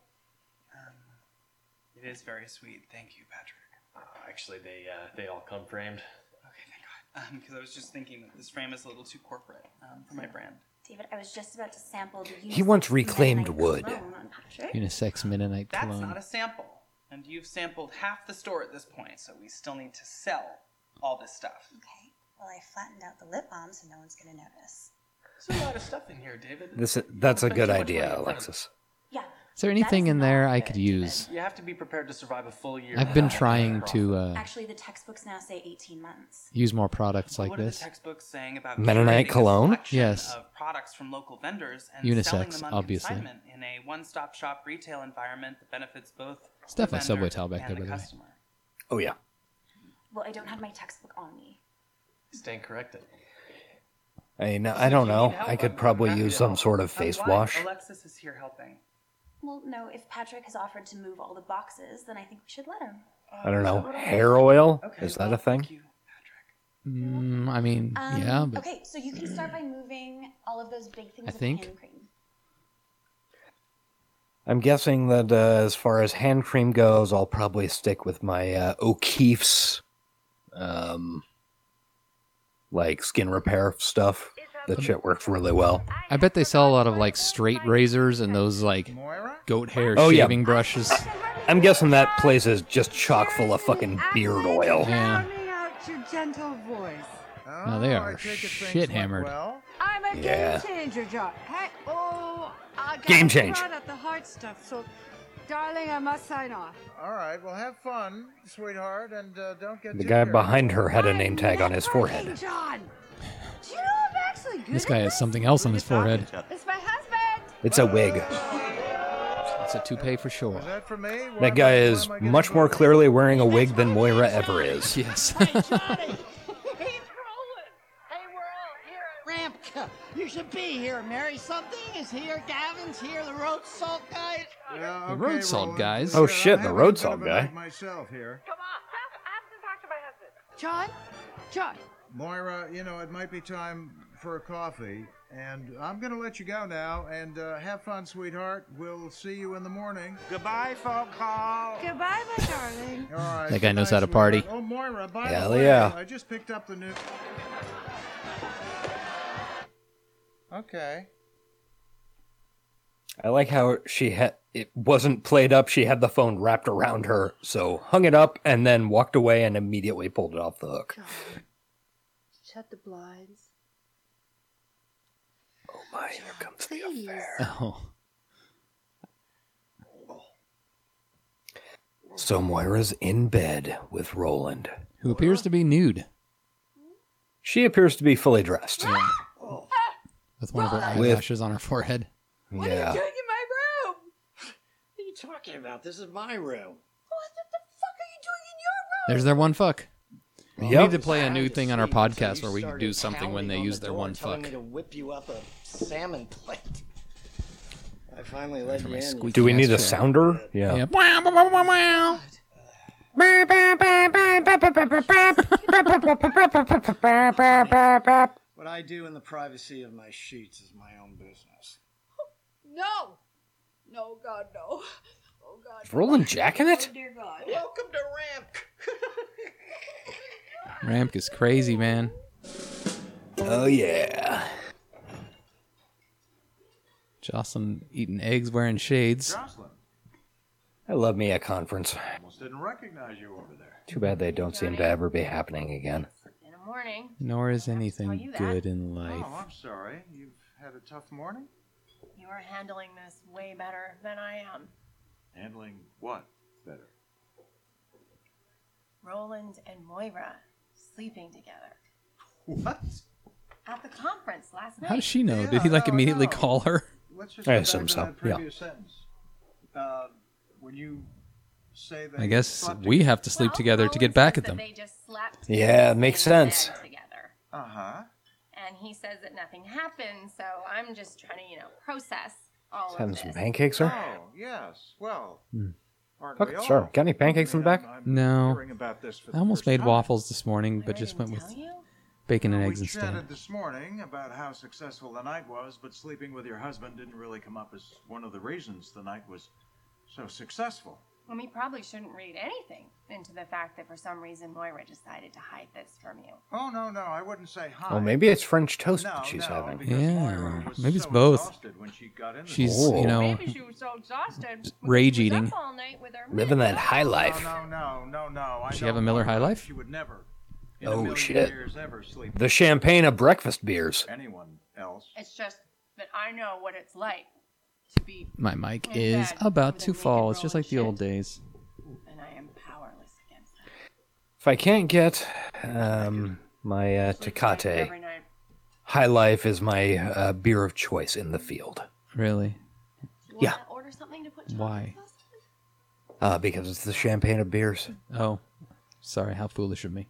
I: It is very sweet. Thank you, Patrick.
H: Uh, actually, they uh, they all come framed.
I: Okay, thank God. Because I was just thinking that this frame is a little too corporate um, for my brand.
J: David, I was just about to sample the.
B: He once
J: unisex
B: reclaimed
J: Mennonite
B: wood.
J: cologne on Patrick.
C: Unisex Mennonite
I: That's
C: cologne.
I: not a sample. And you've sampled half the store at this point, so we still need to sell all this stuff.
J: Okay. Well, I flattened out the lip balm, so no one's gonna notice.
H: There's a lot of stuff in here, David.
B: This is, that's a good idea, Alexis.
J: Yeah.
C: Is there anything
J: That's
C: in there
J: not
C: I
J: good,
C: could
J: David.
C: use?
H: You have to be prepared to survive a full year.
C: I've been
H: without
C: trying
H: profit.
C: to uh,
J: Actually, the textbooks now say 18 months.
C: use more products like
I: what are
C: this.
I: the textbooks saying about
B: Mennonite
I: curating a
B: cologne?
I: selection
C: Yes.
I: Of products from local vendors and selling
C: Unisex,
I: them on
C: obviously.
I: consignment in a one-stop shop retail environment that benefits both
C: It's definitely
I: the
C: Subway
I: vendor
C: towel back
I: and
C: there,
I: the
C: by the way.
I: customer.
B: Oh yeah.
J: Well, I don't have my textbook on me.
C: uh,
H: Stand corrected.
B: I mean, I don't know. I could probably use some sort of
I: Oh,
B: face
I: why?
B: wash.
I: Alexis is here helping.
J: Well, no, if Patrick has offered to move all the boxes, then I think we should let him.
B: I don't know. Hair oil? Is that
I: well,
B: a thing?
I: Thank you, Patrick.
C: Mm, I mean,
J: Um,
C: yeah, but
J: Okay, so you can start by moving all of those big things
C: I
J: with
C: think-
J: hand cream.
B: I'm guessing that uh, as far as hand cream goes, I'll probably stick with my uh, O'Keefe's, um, like skin repair stuff. That shit works really well.
C: I bet they sell a lot of like straight razors and those like goat hair
B: Oh, yeah.
C: shaving brushes.
B: I'm guessing that place is just chock full of fucking beard oil.
C: Yeah.
L: your gentle voice.
C: No, they
B: Oh,
C: are shit hammered.
L: I'm a
C: Yeah.
L: game changer, Jock. Hey, oh, I got
C: Game change.
L: run at the hard stuff, so, darling, I must sign off.
G: All right, well, have fun, sweetheart, and uh, don't get
B: The
G: too
B: guy
G: careful.
B: behind her had a name tag on his forehead.
L: John, do you know I'm actually good
C: This guy has something else on his forehead.
L: It's my husband.
B: It's a wig.
C: It's a toupee for sure.
B: That guy is much more clearly wearing a wig than Moira ever is. *laughs*
C: Yes.
H: Rampka, you should be here. Mary something is here. Gavin's here. The road salt guy.
G: Yeah,
C: The road salt guys.
B: Oh shit, the road salt guy.
G: myself here.
L: John, John.
G: Moira, you know, it might be time for a coffee, and I'm going to let you go now, and uh, have fun, sweetheart. We'll see you in the morning. Goodbye, phone call.
L: Goodbye, my darling.
G: All right.
C: That guy knows how to
G: goodbye, sweetheart.
C: party.
G: Oh, Moira, by
C: Hell
G: the way,
C: yeah.
G: I just picked up the new... Okay.
B: I like how she had it wasn't played up. She had the phone wrapped around her, so hung it up and then walked away and immediately pulled it off the hook.
F: Shut the blinds.
B: Oh my, here comes
F: the affair.
C: *laughs* Oh.
B: So Moira's in bed with Roland,
C: who appears to be nude.
B: She appears to be fully dressed.
G: Ah,
C: With one of her
B: With-
C: eyelashes on her forehead.
B: Yeah.
H: Doing in my room. What are you talking about? This is my room.
C: There's their one fuck. We
B: Yep.
C: need to play a new thing on our podcast where we
H: Started
C: do something when they
H: pounding on
C: use
H: the
C: their
H: door,
C: one
H: telling me
C: fuck.
H: to whip you up a salmon plate. *laughs* I finally let you in.
B: Do we need a sounder? Yeah.
C: Yep.
H: What I do in the privacy of my sheets is my own business.
L: No, no, God, no. Oh God.
B: Is Roland jacking it?
L: Oh, dear God.
H: Welcome to Ramp.
B: Oh,
C: Ramp is crazy, man.
B: Oh yeah.
C: Jocelyn eating eggs, wearing shades.
G: Jocelyn.
B: I love me a conference.
G: Almost didn't recognize you over there.
B: Too bad they don't seem to ever be happening again.
F: In the morning.
C: Nor is anything
F: you that.
C: good in life.
G: Oh, I'm sorry. You've had a tough morning?
F: You are handling this way better than I am.
G: Handling what better?
F: Roland and Moira sleeping together
G: What?
F: at the conference last night.
C: How does she know? Did he like immediately call her?
G: Let's just
C: I
G: go back
C: assume
G: to
C: so,
G: that
C: yeah.
G: previous sentence. Uh, when you say that
C: I guess we have to sleep together to get back at them.
F: They just slept
B: Yeah, makes sense.
F: together.
G: Uh huh.
F: And he says that nothing happened, so I'm just trying to, you know, process all
B: Let's
F: of
B: have
F: this.
B: some pancakes, sir.
G: Oh, yes. Well,
C: Hmm.
G: aren't
B: Fuck
G: we
B: it,
G: all?
B: sir. Got any pancakes in the back?
C: No.
G: hearing about this for
C: I
G: the
C: almost
G: first
C: made
G: time.
C: waffles this morning, but just went with bacon and eggs
G: We
C: instead.
G: chatted this morning about how successful the night was, but sleeping with your husband didn't really come up as one of the reasons the night was so successful.
F: And we probably shouldn't read anything into the fact that for some reason Moira decided to hide this from you.
G: Oh no, no, I wouldn't say hi.
B: Well, maybe it's French toast
G: No,
B: that she's
G: no,
B: having.
G: because Moira
C: Yeah,
G: was
C: maybe it's
G: so
C: both.
G: exhausted when she got in the
C: She's,
G: morning.
C: you know,
F: was so exhausted.
C: rage eating.
F: all night with her
B: Living that high life.
G: No, no, no, no, no. I
C: Does she
G: don't
C: have a Miller
G: know.
C: High Life?
G: She would never. In a
B: Oh
G: million
B: shit.
G: Years, ever sleep
B: The champagne of breakfast beers.
G: with anyone else.
F: It's just that I know what it's like to be,
C: My mic
F: In
C: is
F: bed
C: about
F: with a
C: to
F: naked
C: fall.
F: roll
C: It's just
F: of
C: like the
F: shit.
C: old days.
F: and I am powerless against that.
B: If I can't get um, my uh, Tecate,
F: Every night,
B: High Life is my uh, beer of choice in the field.
C: Really?
F: do you
B: Yeah.
F: want to order something to put
C: Why?
B: Uh, because it's the champagne of beers.
C: Oh, sorry. How foolish of me.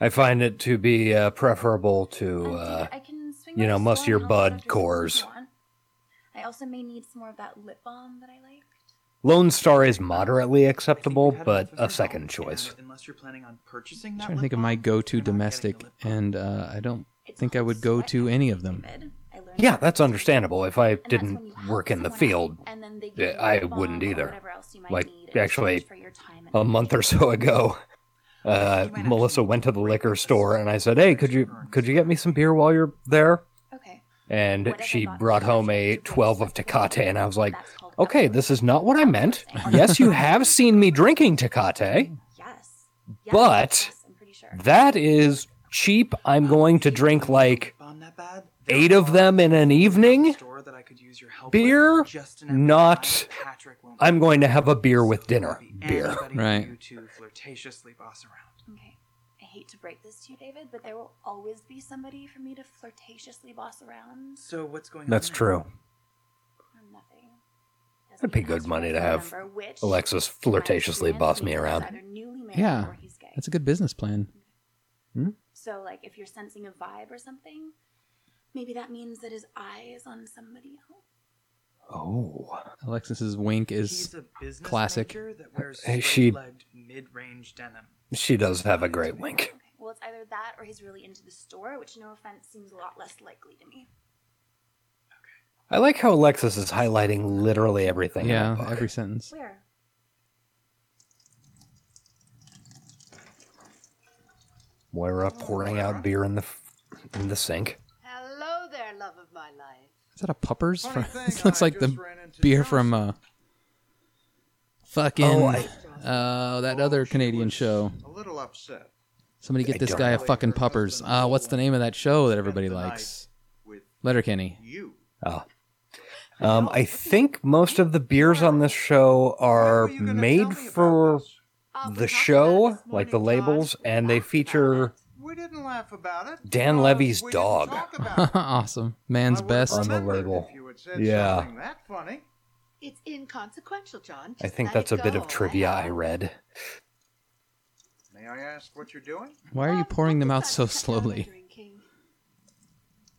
B: I find it to be uh, preferable to, uh,
J: I can swing
B: you
J: my
B: know, most of your
J: sword now,
B: bud
J: Dr. Seuss, if
B: cores.
J: you want. I also may need some more of that lip balm that I like.
B: Lone Star is moderately acceptable, but a second choice.
I: Unless you're planning on purchasing
C: I'm
I: that.
C: trying to think of my go-to domestic, and uh, I don't think I would go to any of them.
B: Yeah, that's understandable. If I didn't work in the field,
J: And then they
B: yeah,
J: give you
B: I
J: lip balm
B: wouldn't
J: or
B: either.
J: whatever else you might
B: Like,
J: need in
B: actually,
J: exchange for your time and
B: a month or so ago, uh, Melissa went to the liquor store, and I said, "Hey, could you could you get me some beer while you're there?"
J: Okay.
B: and she brought home a 12 of Tecate, and I was like, okay, this is not what I meant. Yes, *laughs* you have seen me drinking Tecate,
E: Yes.
B: but that is cheap. I'm going to drink like eight of them in an evening. Beer, not. I'm going to have a beer with dinner. *laughs* Beer.
C: Right.
I: You two flirtatiously boss around.
J: Okay. I hate to break this to you, David, but there will always be somebody for me to flirtatiously boss around.
I: So what's going
B: That's
I: on?
B: true.
J: I'm nothing.
B: That'd be good money to have Alexis flirtatiously boss me around.
C: Yeah, that's a good business plan. Hmm?
J: So, like, if you're sensing a vibe or something, maybe that means that his eye is on somebody else.
B: Oh,
C: Alexis's wink
I: He's
C: is
I: a business
C: classic.
I: major that wears
B: Hey, she-
I: straight-legged mid-range denim.
B: she does have a great wink.
J: Okay. Well, it's either that or he's really into the store, which, no offense, seems a lot less likely to me.
B: I like how Alexis is highlighting literally everything.
C: Yeah,
B: *laughs*
C: every sentence.
J: Where?
B: Moira pouring out beer in the f- in the sink.
F: Hello there, love of my life.
C: Is that a puppers? From, *laughs* this looks like the beer from uh, fucking
G: Oh,
C: oh,
G: I-
C: that other Canadian show.
G: A little upset.
C: Somebody get
G: Oh, I
C: this
G: don't
C: guy a
G: know.
C: fucking puppers. Uh, what's the name of that show that everybody likes? Letterkenny. *laughs*
G: You.
B: Oh. Um, I think most of the beers on this show are made for
F: Oh, Uh,
B: the show, like the labels, and they feature
G: We didn't laugh about it.
B: Dan Levy's dog
C: *laughs* awesome. Man's best.
B: on the label.
G: said
B: Yeah,
G: something that funny.
F: It's inconsequential, John.
B: I
F: Just
B: think
F: let
B: that's
F: it
B: a bit of
F: go.
B: trivia I read.
G: May I ask what you're doing?
C: Why are you pouring them out
F: E.
C: so slowly?
F: Drinking.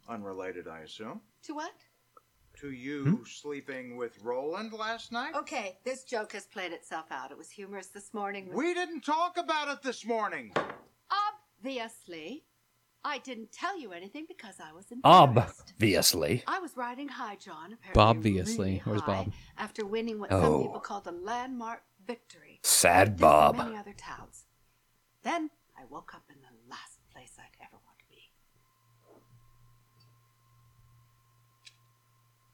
G: Unrelated, I assume.
F: To what?
G: To you
C: Hmm?
G: sleeping with Roland last night?
F: Okay, this joke has played itself out. It was humorous this morning.
G: We didn't talk about it this morning.
F: Obviously, I didn't tell you anything because I was
B: Oh.
F: embarrassed.
B: Obviously.
F: I was riding high, John. Apparently
C: Bobviously. Where's Bob?
F: after winning what
B: Oh.
F: some people call the landmark victory.
B: Sad
F: Did for
B: Bob.
F: Many other towns. Then I woke up in the last place I'd ever want to be.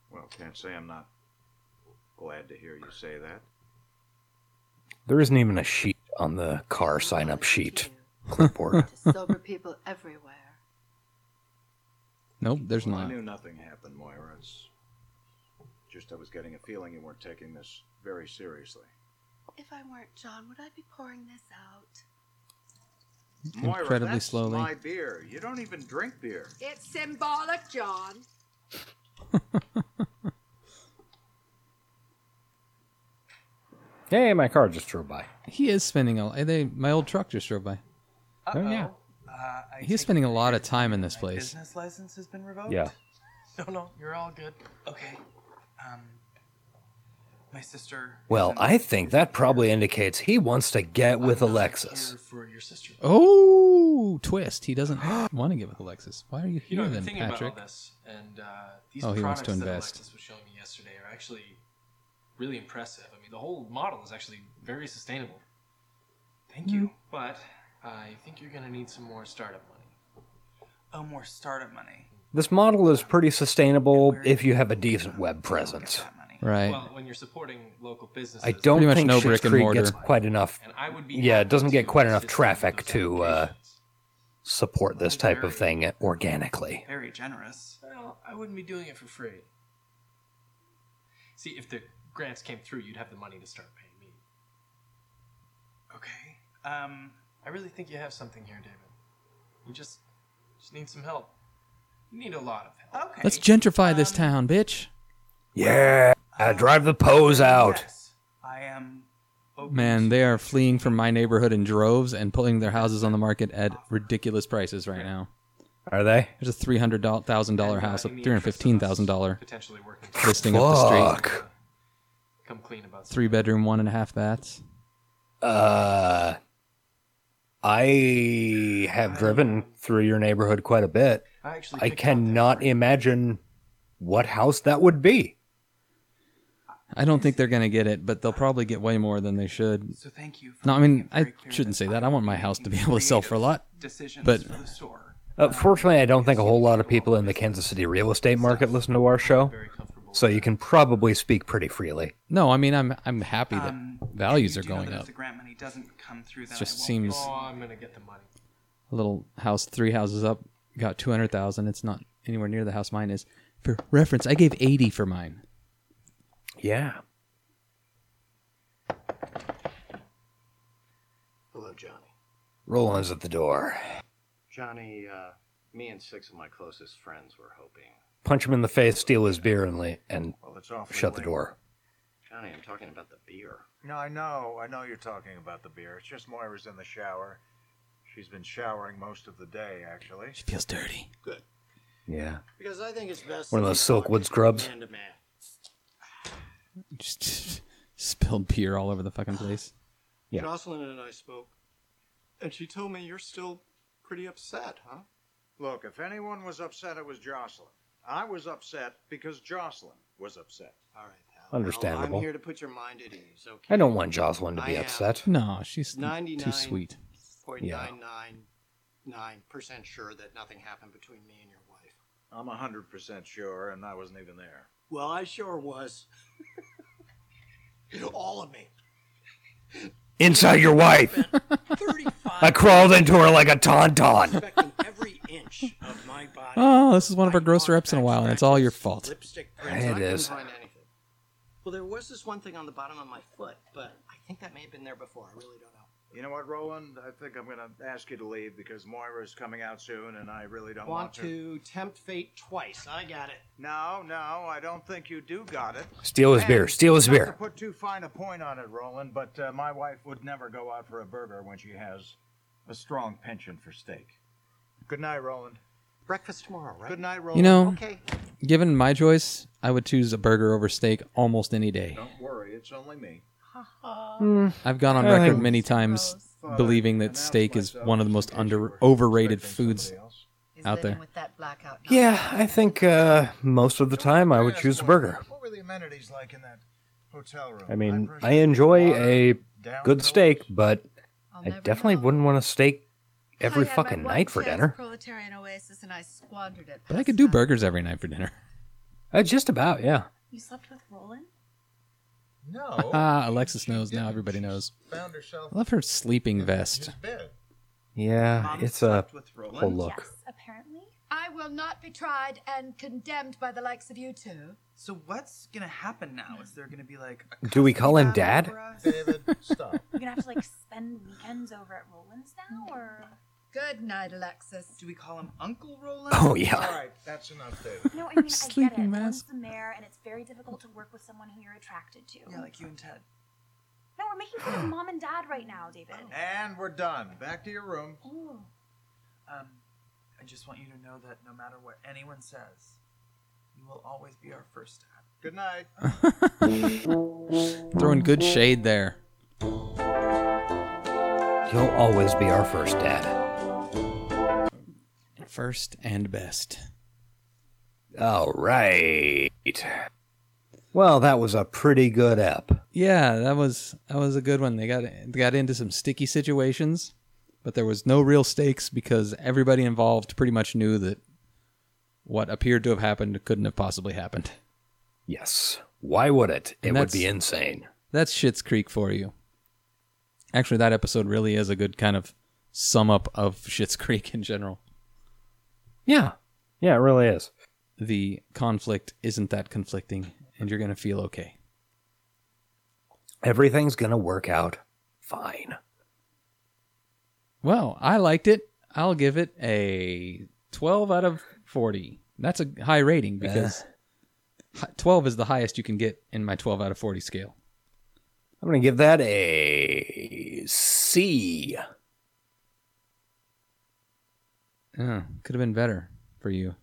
G: Well, can't say I'm not glad to hear you say that.
B: There isn't even a sheet on the car sign-up sheet
F: *laughs*
B: clipboard.
F: Sober people everywhere.
C: nope, there's
G: Well, I
C: not.
G: knew nothing happened, Moira. It's just I was getting a feeling you weren't taking this very seriously.
F: If I weren't John, would I be pouring this out?
G: Moira,
C: Incredibly
G: that's
C: slowly.
G: My beer. You don't even drink beer.
F: It's symbolic, John.
B: Hey, my car just drove by.
C: He is spending a. They, my old truck just drove by.
I: Uh-oh.
C: Oh, yeah.
I: Uh, I
C: He's spending a lot of time in this place.
I: business license has been revoked.
C: Yeah.
I: *laughs* No, no, you're all good. Okay. Um, my sister.
B: Well, I think that probably indicates he wants to get with Alexis.
I: For your sister.
C: Oh, twist. He doesn't *gasps* want to get with Alexis. Why are you
M: You
C: here
M: know, I've
C: then,
M: been thinking
C: Patrick?
M: about all this, and uh, these
C: Oh, he wants
M: products
C: to
M: that
C: invest.
M: Alexis was showing me yesterday are actually really impressive. I mean, the whole model is actually very sustainable. Thank you,
C: Hmm.
M: but I think you're going to need some more startup money.
I: Oh, more startup money.
B: This model is pretty sustainable if you have a decent web presence.
C: Right.
M: Well, when you're supporting local businesses,
B: I don't
C: Pretty much
B: think
C: no
B: no
C: brick and
B: Creek
C: mortar.
B: gets quite enough. Yeah, it doesn't get quite enough traffic to uh, support this type of thing organically.
I: Very generous.
M: Well, I wouldn't be doing it for free. See, if the grants came through, you'd have the money to start paying me.
I: Okay. Um,
M: I really think you have something here, David. You just just need some help. You need a lot of help.
I: Okay.
C: Let's gentrify this town, bitch.
B: Yeah, drive the pose out.
I: I am.
C: Man, they are fleeing from my neighborhood in droves and putting their houses on the market at ridiculous prices right now.
B: Are they?
C: There's a three hundred thousand dollar
M: uh,
C: house, a three hundred fifteen thousand dollar
M: potentially working
C: listing up the street.
B: Fuck.
M: Come clean about
C: Three bedroom, one and a half baths.
B: Uh, I have driven through your neighborhood quite a bit.
M: I actually
B: I
M: picked out
B: cannot imagine what house that would be.
C: I don't think they're gonna get it, but they'll probably get way more than they should.
I: So thank you for
C: no, I mean I shouldn't say that. I want my house to be able to sell for a lot,
I: decisions
C: but
I: for the store.
B: Uh, fortunately, I don't think a whole lot of people in the Kansas City real estate market listen to our show, so you can probably speak pretty freely.
C: No, I mean I'm I'm happy that
I: Um,
C: values
I: you
C: are
I: do know
C: going
I: that
C: up.
I: If the grant money doesn't come through, then
C: It just
I: I won't
C: seems
I: Oh,
C: a
I: I'm gonna get the money.
C: little house three houses up got two hundred thousand. It's not anywhere near the house mine is. For reference, I gave eighty for mine.
B: Yeah.
H: Hello, Johnny.
B: Roland's at the door.
H: Johnny, uh, me and six of my closest friends were hoping.
B: Punch him in the face, steal his beer, and la- and
H: it's awfully
B: shut the
H: late.
B: door.
H: Johnny, I'm talking about the beer.
G: No, I know. I know you're talking about the beer. It's just Moira's in the shower. She's been showering most of the day, actually. She
C: feels dirty.
H: Good.
B: Yeah.
H: Because I think it's best.
B: One of
H: if
B: those
H: we
B: silk
H: talk
B: wood scrubs.
H: Man to man.
C: Just *laughs* spilled beer all over the fucking place. Yeah.
H: Jocelyn and I spoke, and she told me you're still pretty upset, huh?
G: Look, if anyone was upset, it was Jocelyn. I was upset because Jocelyn was upset.
H: All right,
B: pal. Understandable.
H: I'm here to put your mind at ease, okay?
B: I don't want Jocelyn to be
H: I am
B: upset.
C: No, she's too
H: 99
C: sweet.
H: Point
B: Yeah.
H: nine nine nine percent sure that nothing happened between me and your wife.
G: I'm 100% sure, and I wasn't even there.
H: Well, I sure was. *laughs* All of me.
B: Inside your wife. *laughs* I crawled into her like a tauntaun.
H: Respecting every inch of my body.
C: Oh, this is one of our grosser ups in a while, and it's all your fault.
H: Lipstick prints. I
C: It
H: couldn't
C: is.
H: find anything. Well, there was this one thing on the bottom of my foot, but I think that may have been there before. I really don't know.
G: You know what, Roland? I think I'm going to ask you to leave because Moira's coming out soon, and I really don't
H: Want
G: want,
H: to tempt fate twice. I got it.
G: No, no, I don't think you do got it.
B: Steal his beer. Steal his
G: Not
B: beer.
G: To put too fine a point on it, Roland, but uh, my wife would never go out for a burger when she has a strong penchant for steak. Good night, Roland.
H: Breakfast tomorrow, right?
G: Good night, Roland.
C: You know,
G: okay.
C: given my choice, I would choose a burger over steak almost any day.
G: Don't worry, it's only me.
C: I've gone on
B: I
C: record
B: think-
C: many times believing that steak is one of the most under overrated foods out there.
B: Yeah, I think uh, most of the time I would choose a burger.
G: What were the amenities like in that hotel room?
B: I mean, I enjoy a good steak, but I definitely wouldn't want a steak every
F: I had my
B: fucking
F: one
B: night for
F: chance,
B: dinner.
F: Proletarian Oasis, and I squandered it.
C: But I could do burgers every night for dinner.
B: Uh, just about, yeah.
J: You slept with Roland?
G: Oh.
C: Haha, *laughs* Alexis knows now. Everybody knows.
G: Found herself
C: I love her sleeping vest.
B: Yeah, Uh, it's a whole
J: Yes,
B: look.
J: apparently.
L: I will not be tried and condemned by the likes of you two.
I: So what's gonna happen now? Is there gonna be like a
B: Do we call him
I: custody battle
B: Dad?
I: for us?
C: *laughs*
J: You're gonna have to like spend weekends over at Roland's now, or
F: Good night, Alexis.
I: Do we call him Uncle Roland?
B: Oh, yeah.
G: All right, that's enough, David.
J: no? I mean, I get it.
C: sleeping
J: Roland's
C: mask.
J: the mayor, and it's very difficult to work with someone who you're attracted to.
I: Yeah, like you and Ted.
J: No, we're making fun of mom and dad right now, David. Oh.
G: And we're done. Back to your room.
F: Oh.
J: Ooh.
I: Um, I just want you to know that no matter what anyone says, you will always be our first dad.
G: Good night.
C: Throwing good shade there.
B: You'll always be our first dad.
C: First and best.
B: All right. Well, that was a pretty good ep.
C: Yeah, that was that was a good one. They got they got into some sticky situations, but there was no real stakes because everybody involved pretty much knew that what appeared to have happened couldn't have possibly happened.
B: Yes. Why would it? It
C: And
B: would
C: that's-
B: be insane.
C: That's Shit's Creek for you. Actually, that episode really is a good kind of sum up of Shit's Creek in general.
B: Yeah. Yeah, it really is.
C: The conflict isn't that conflicting, and you're gonna feel okay.
B: Everything's going to work out fine.
C: Well, I liked it. I'll give it a 12 out of 40. That's a high rating because hi- 12 is the highest you can get in my 12 out of 40 scale.
B: I'm going to give that a C.
C: Yeah, could have been better for you.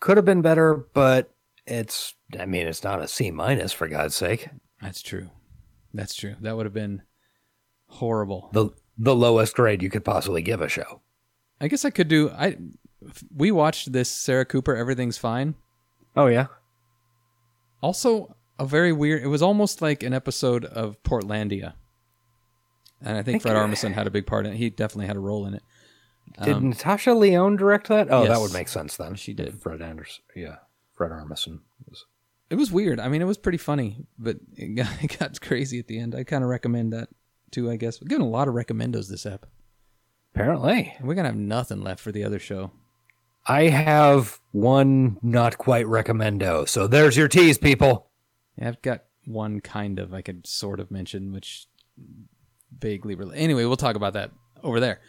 B: Could have been better, but it's, I mean, it's not a C minus for God's sake.
C: That's true. That's true. That would have been horrible.
B: The, the lowest grade you could possibly give a show.
C: I guess I could do I we watched this Sarah Cooper Everything's Fine.
B: Oh, yeah.
C: Also a very weird it was almost like an episode of Portlandia. And I think
B: Thank
C: Fred
B: you.
C: Armisen had a big part in it. He definitely had a role in it.
B: Did
N: Um,
B: Natasha Leone direct that? Oh, that
N: yes.
B: would make sense then.
N: She did.
B: Fred Anderson. Yeah. Fred Armisen. was-
C: It was weird. I mean, it was pretty funny, but it got, *laughs* it got crazy at the end. I kind of recommend that too, I guess. We're getting a lot of recommendos this app.
B: Apparently.
C: We're going to have nothing left for the other show.
B: I have one not quite recommendo. So there's your tease, people.
C: Yeah, I've got one kind of I could sort of mention, which vaguely related. Anyway, we'll talk about that over there.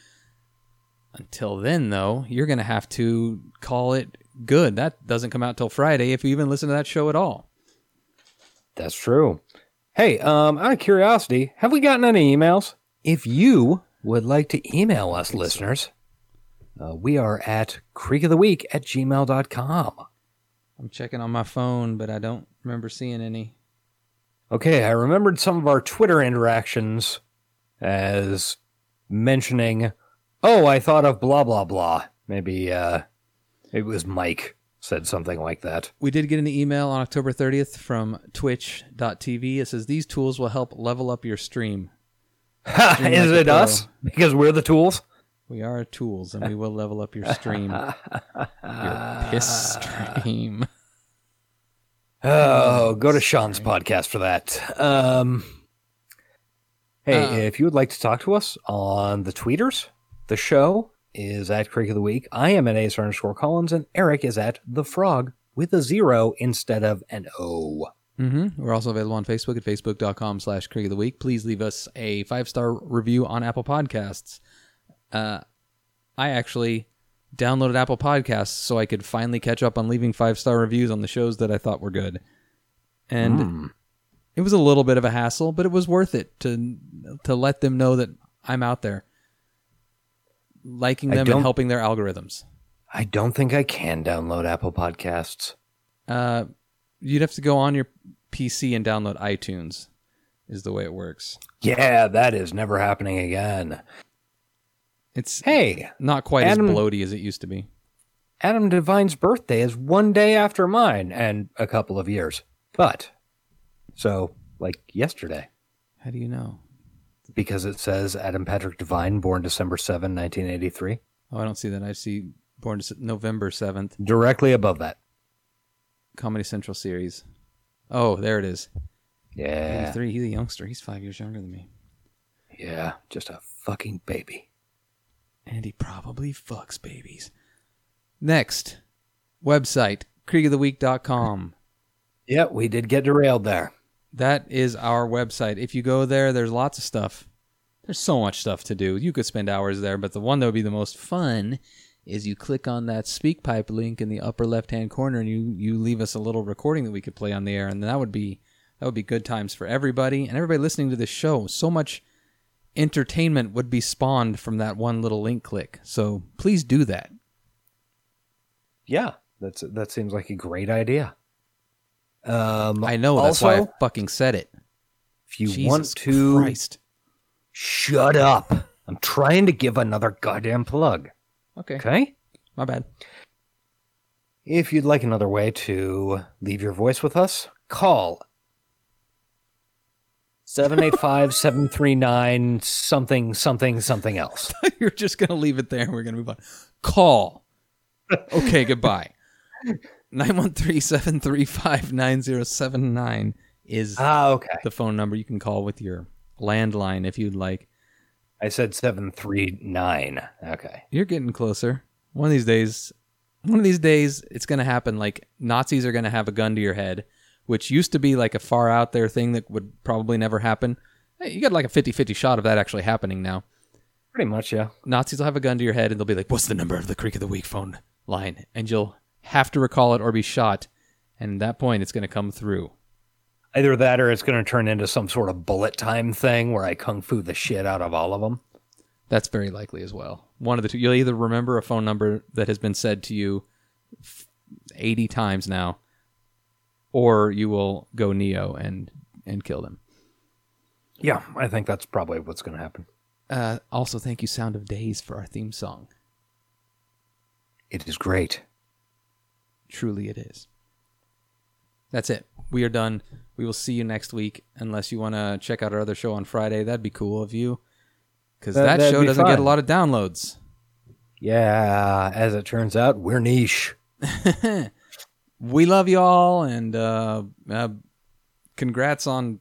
C: Until then, though, you're going to have to call it good. That doesn't come out till Friday if you even listen to that show at all.
B: That's true. Hey, um, out of curiosity, have we gotten any emails? If you would like to email us, listeners, uh, we are at creekoftheweek at gmail.com.
C: I'm checking on my phone, but I don't remember seeing any.
B: Okay, I remembered some of our Twitter interactions as mentioning, "Oh, I thought of blah blah blah." Maybe uh, it was Mike said something like that.
C: We did get an email on October 30th from twitch.tv. It says these tools will help level up your stream.
B: *laughs*
C: Stream
B: Is
C: like a
B: it us?
C: pro.
B: Because we're the tools.
C: We are tools and we will level up your stream. your piss stream.
B: Oh, go to Sean's podcast for that. Um, hey,
C: Uh,
B: if you would like to talk to us on the tweeters, the show is at Creek of the Week. I am at Ace underscore Collins, and Eric is at the Frog with a zero instead of an O.
C: Mm-hmm. We're also available on Facebook at facebook.com slash Creek of the Week. Please leave us a five-star review on Apple Podcasts. Uh, I actually downloaded Apple Podcasts so I could finally catch up on leaving five-star reviews on the shows that I thought were good. And
B: Hmm.
C: it was a little bit of a hassle, but it was worth it to to let them know that I'm out there liking
B: I
C: them
B: don't-
C: and helping their algorithms.
B: I don't think I can download Apple Podcasts.
C: Uh, you'd have to go on your PC and download iTunes, is the way it works.
B: Yeah, that is never happening again.
C: It's
B: hey,
C: not quite
B: Adam-
C: as bloaty as it used to be.
B: Adam Devine's birthday is one day after mine and a couple of years, but so like yesterday
C: How do you know?
B: because it says Adam Patrick Devine, born December 7, 1983,
C: Oh, I don't see that. I see born Dece- November seventh,
B: directly above that.
C: Comedy Central series. Oh, there it is.
B: Yeah.
C: 83. He's a youngster. He's five years younger than me,
B: Yeah, just a fucking baby.
C: and he probably fucks babies. Next website creekoftheweek.com.
B: Yeah, we did get derailed there.
C: That is our website. If you go there, there's lots of stuff. There's so much stuff to do. You could spend hours there, but the one that would be the most fun is you click on that SpeakPipe link in the upper left-hand corner, and you you leave us a little recording that we could play on the air, and that would be that would be good times for everybody and everybody listening to this show. So much entertainment would be spawned from that one little link click. So please do that.
B: Yeah, that's that seems like a great idea. Um,
C: I know that's why I
B: also,
C: fucking said it.
B: if you
C: Jesus
B: want to
C: Christ.
B: shut up, I'm trying to give another goddamn plug.
C: Okay.
B: Okay.
C: My bad.
B: If you'd like another way to leave your voice with us, call 785 739 something, something, something else.
C: *laughs* You're just going to leave it there and we're going to move on. Call. Okay, goodbye. 913-735-9079 is
B: Ah,
C: the phone number you can call with your landline if you'd like.
B: I said 739. Okay.
C: You're getting closer. One of these days, one of these days it's going to happen like Nazis are going to have a gun to your head, which used to be like a far out there thing that would probably never happen. Hey, you got like a 50-50 shot of that actually happening now.
B: Pretty much, yeah.
C: Nazis will have a gun to your head and they'll be like, "What's the number of the Creek of the Week phone line?" And you'll have to recall it or be shot. And at that point, it's going to come through.
B: Either that or it's going to turn into some sort of bullet time thing where I kung fu the shit out of all of them.
C: That's very likely as well. One of the two. You'll either remember a phone number that has been said to you f- eighty times now, or you will go Neo and and kill them.
B: Yeah, I think that's probably what's going to happen.
C: Uh, also, thank you, Sound of Days, for our theme song.
B: It is great.
C: Truly, it is. That's it. We are done. We will see you next week, unless you want to check out our other show on Friday. That'd be cool of you, because
B: That-
C: that,
B: that'd
C: show
B: be
C: doesn't get
B: fun.
C: a lot of downloads.
B: Yeah, as it turns out, we're niche.
C: we love you all, and uh, uh, congrats on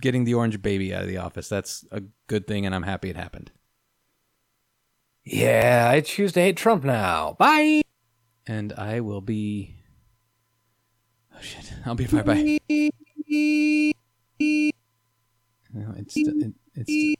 C: getting the orange baby out of the office. That's a good thing, and I'm happy it happened.
B: Yeah, I choose to hate Trump now. Bye.
C: And I will be. Oh shit! I'll
B: *laughs*
C: be bye bye. No, it's it, it's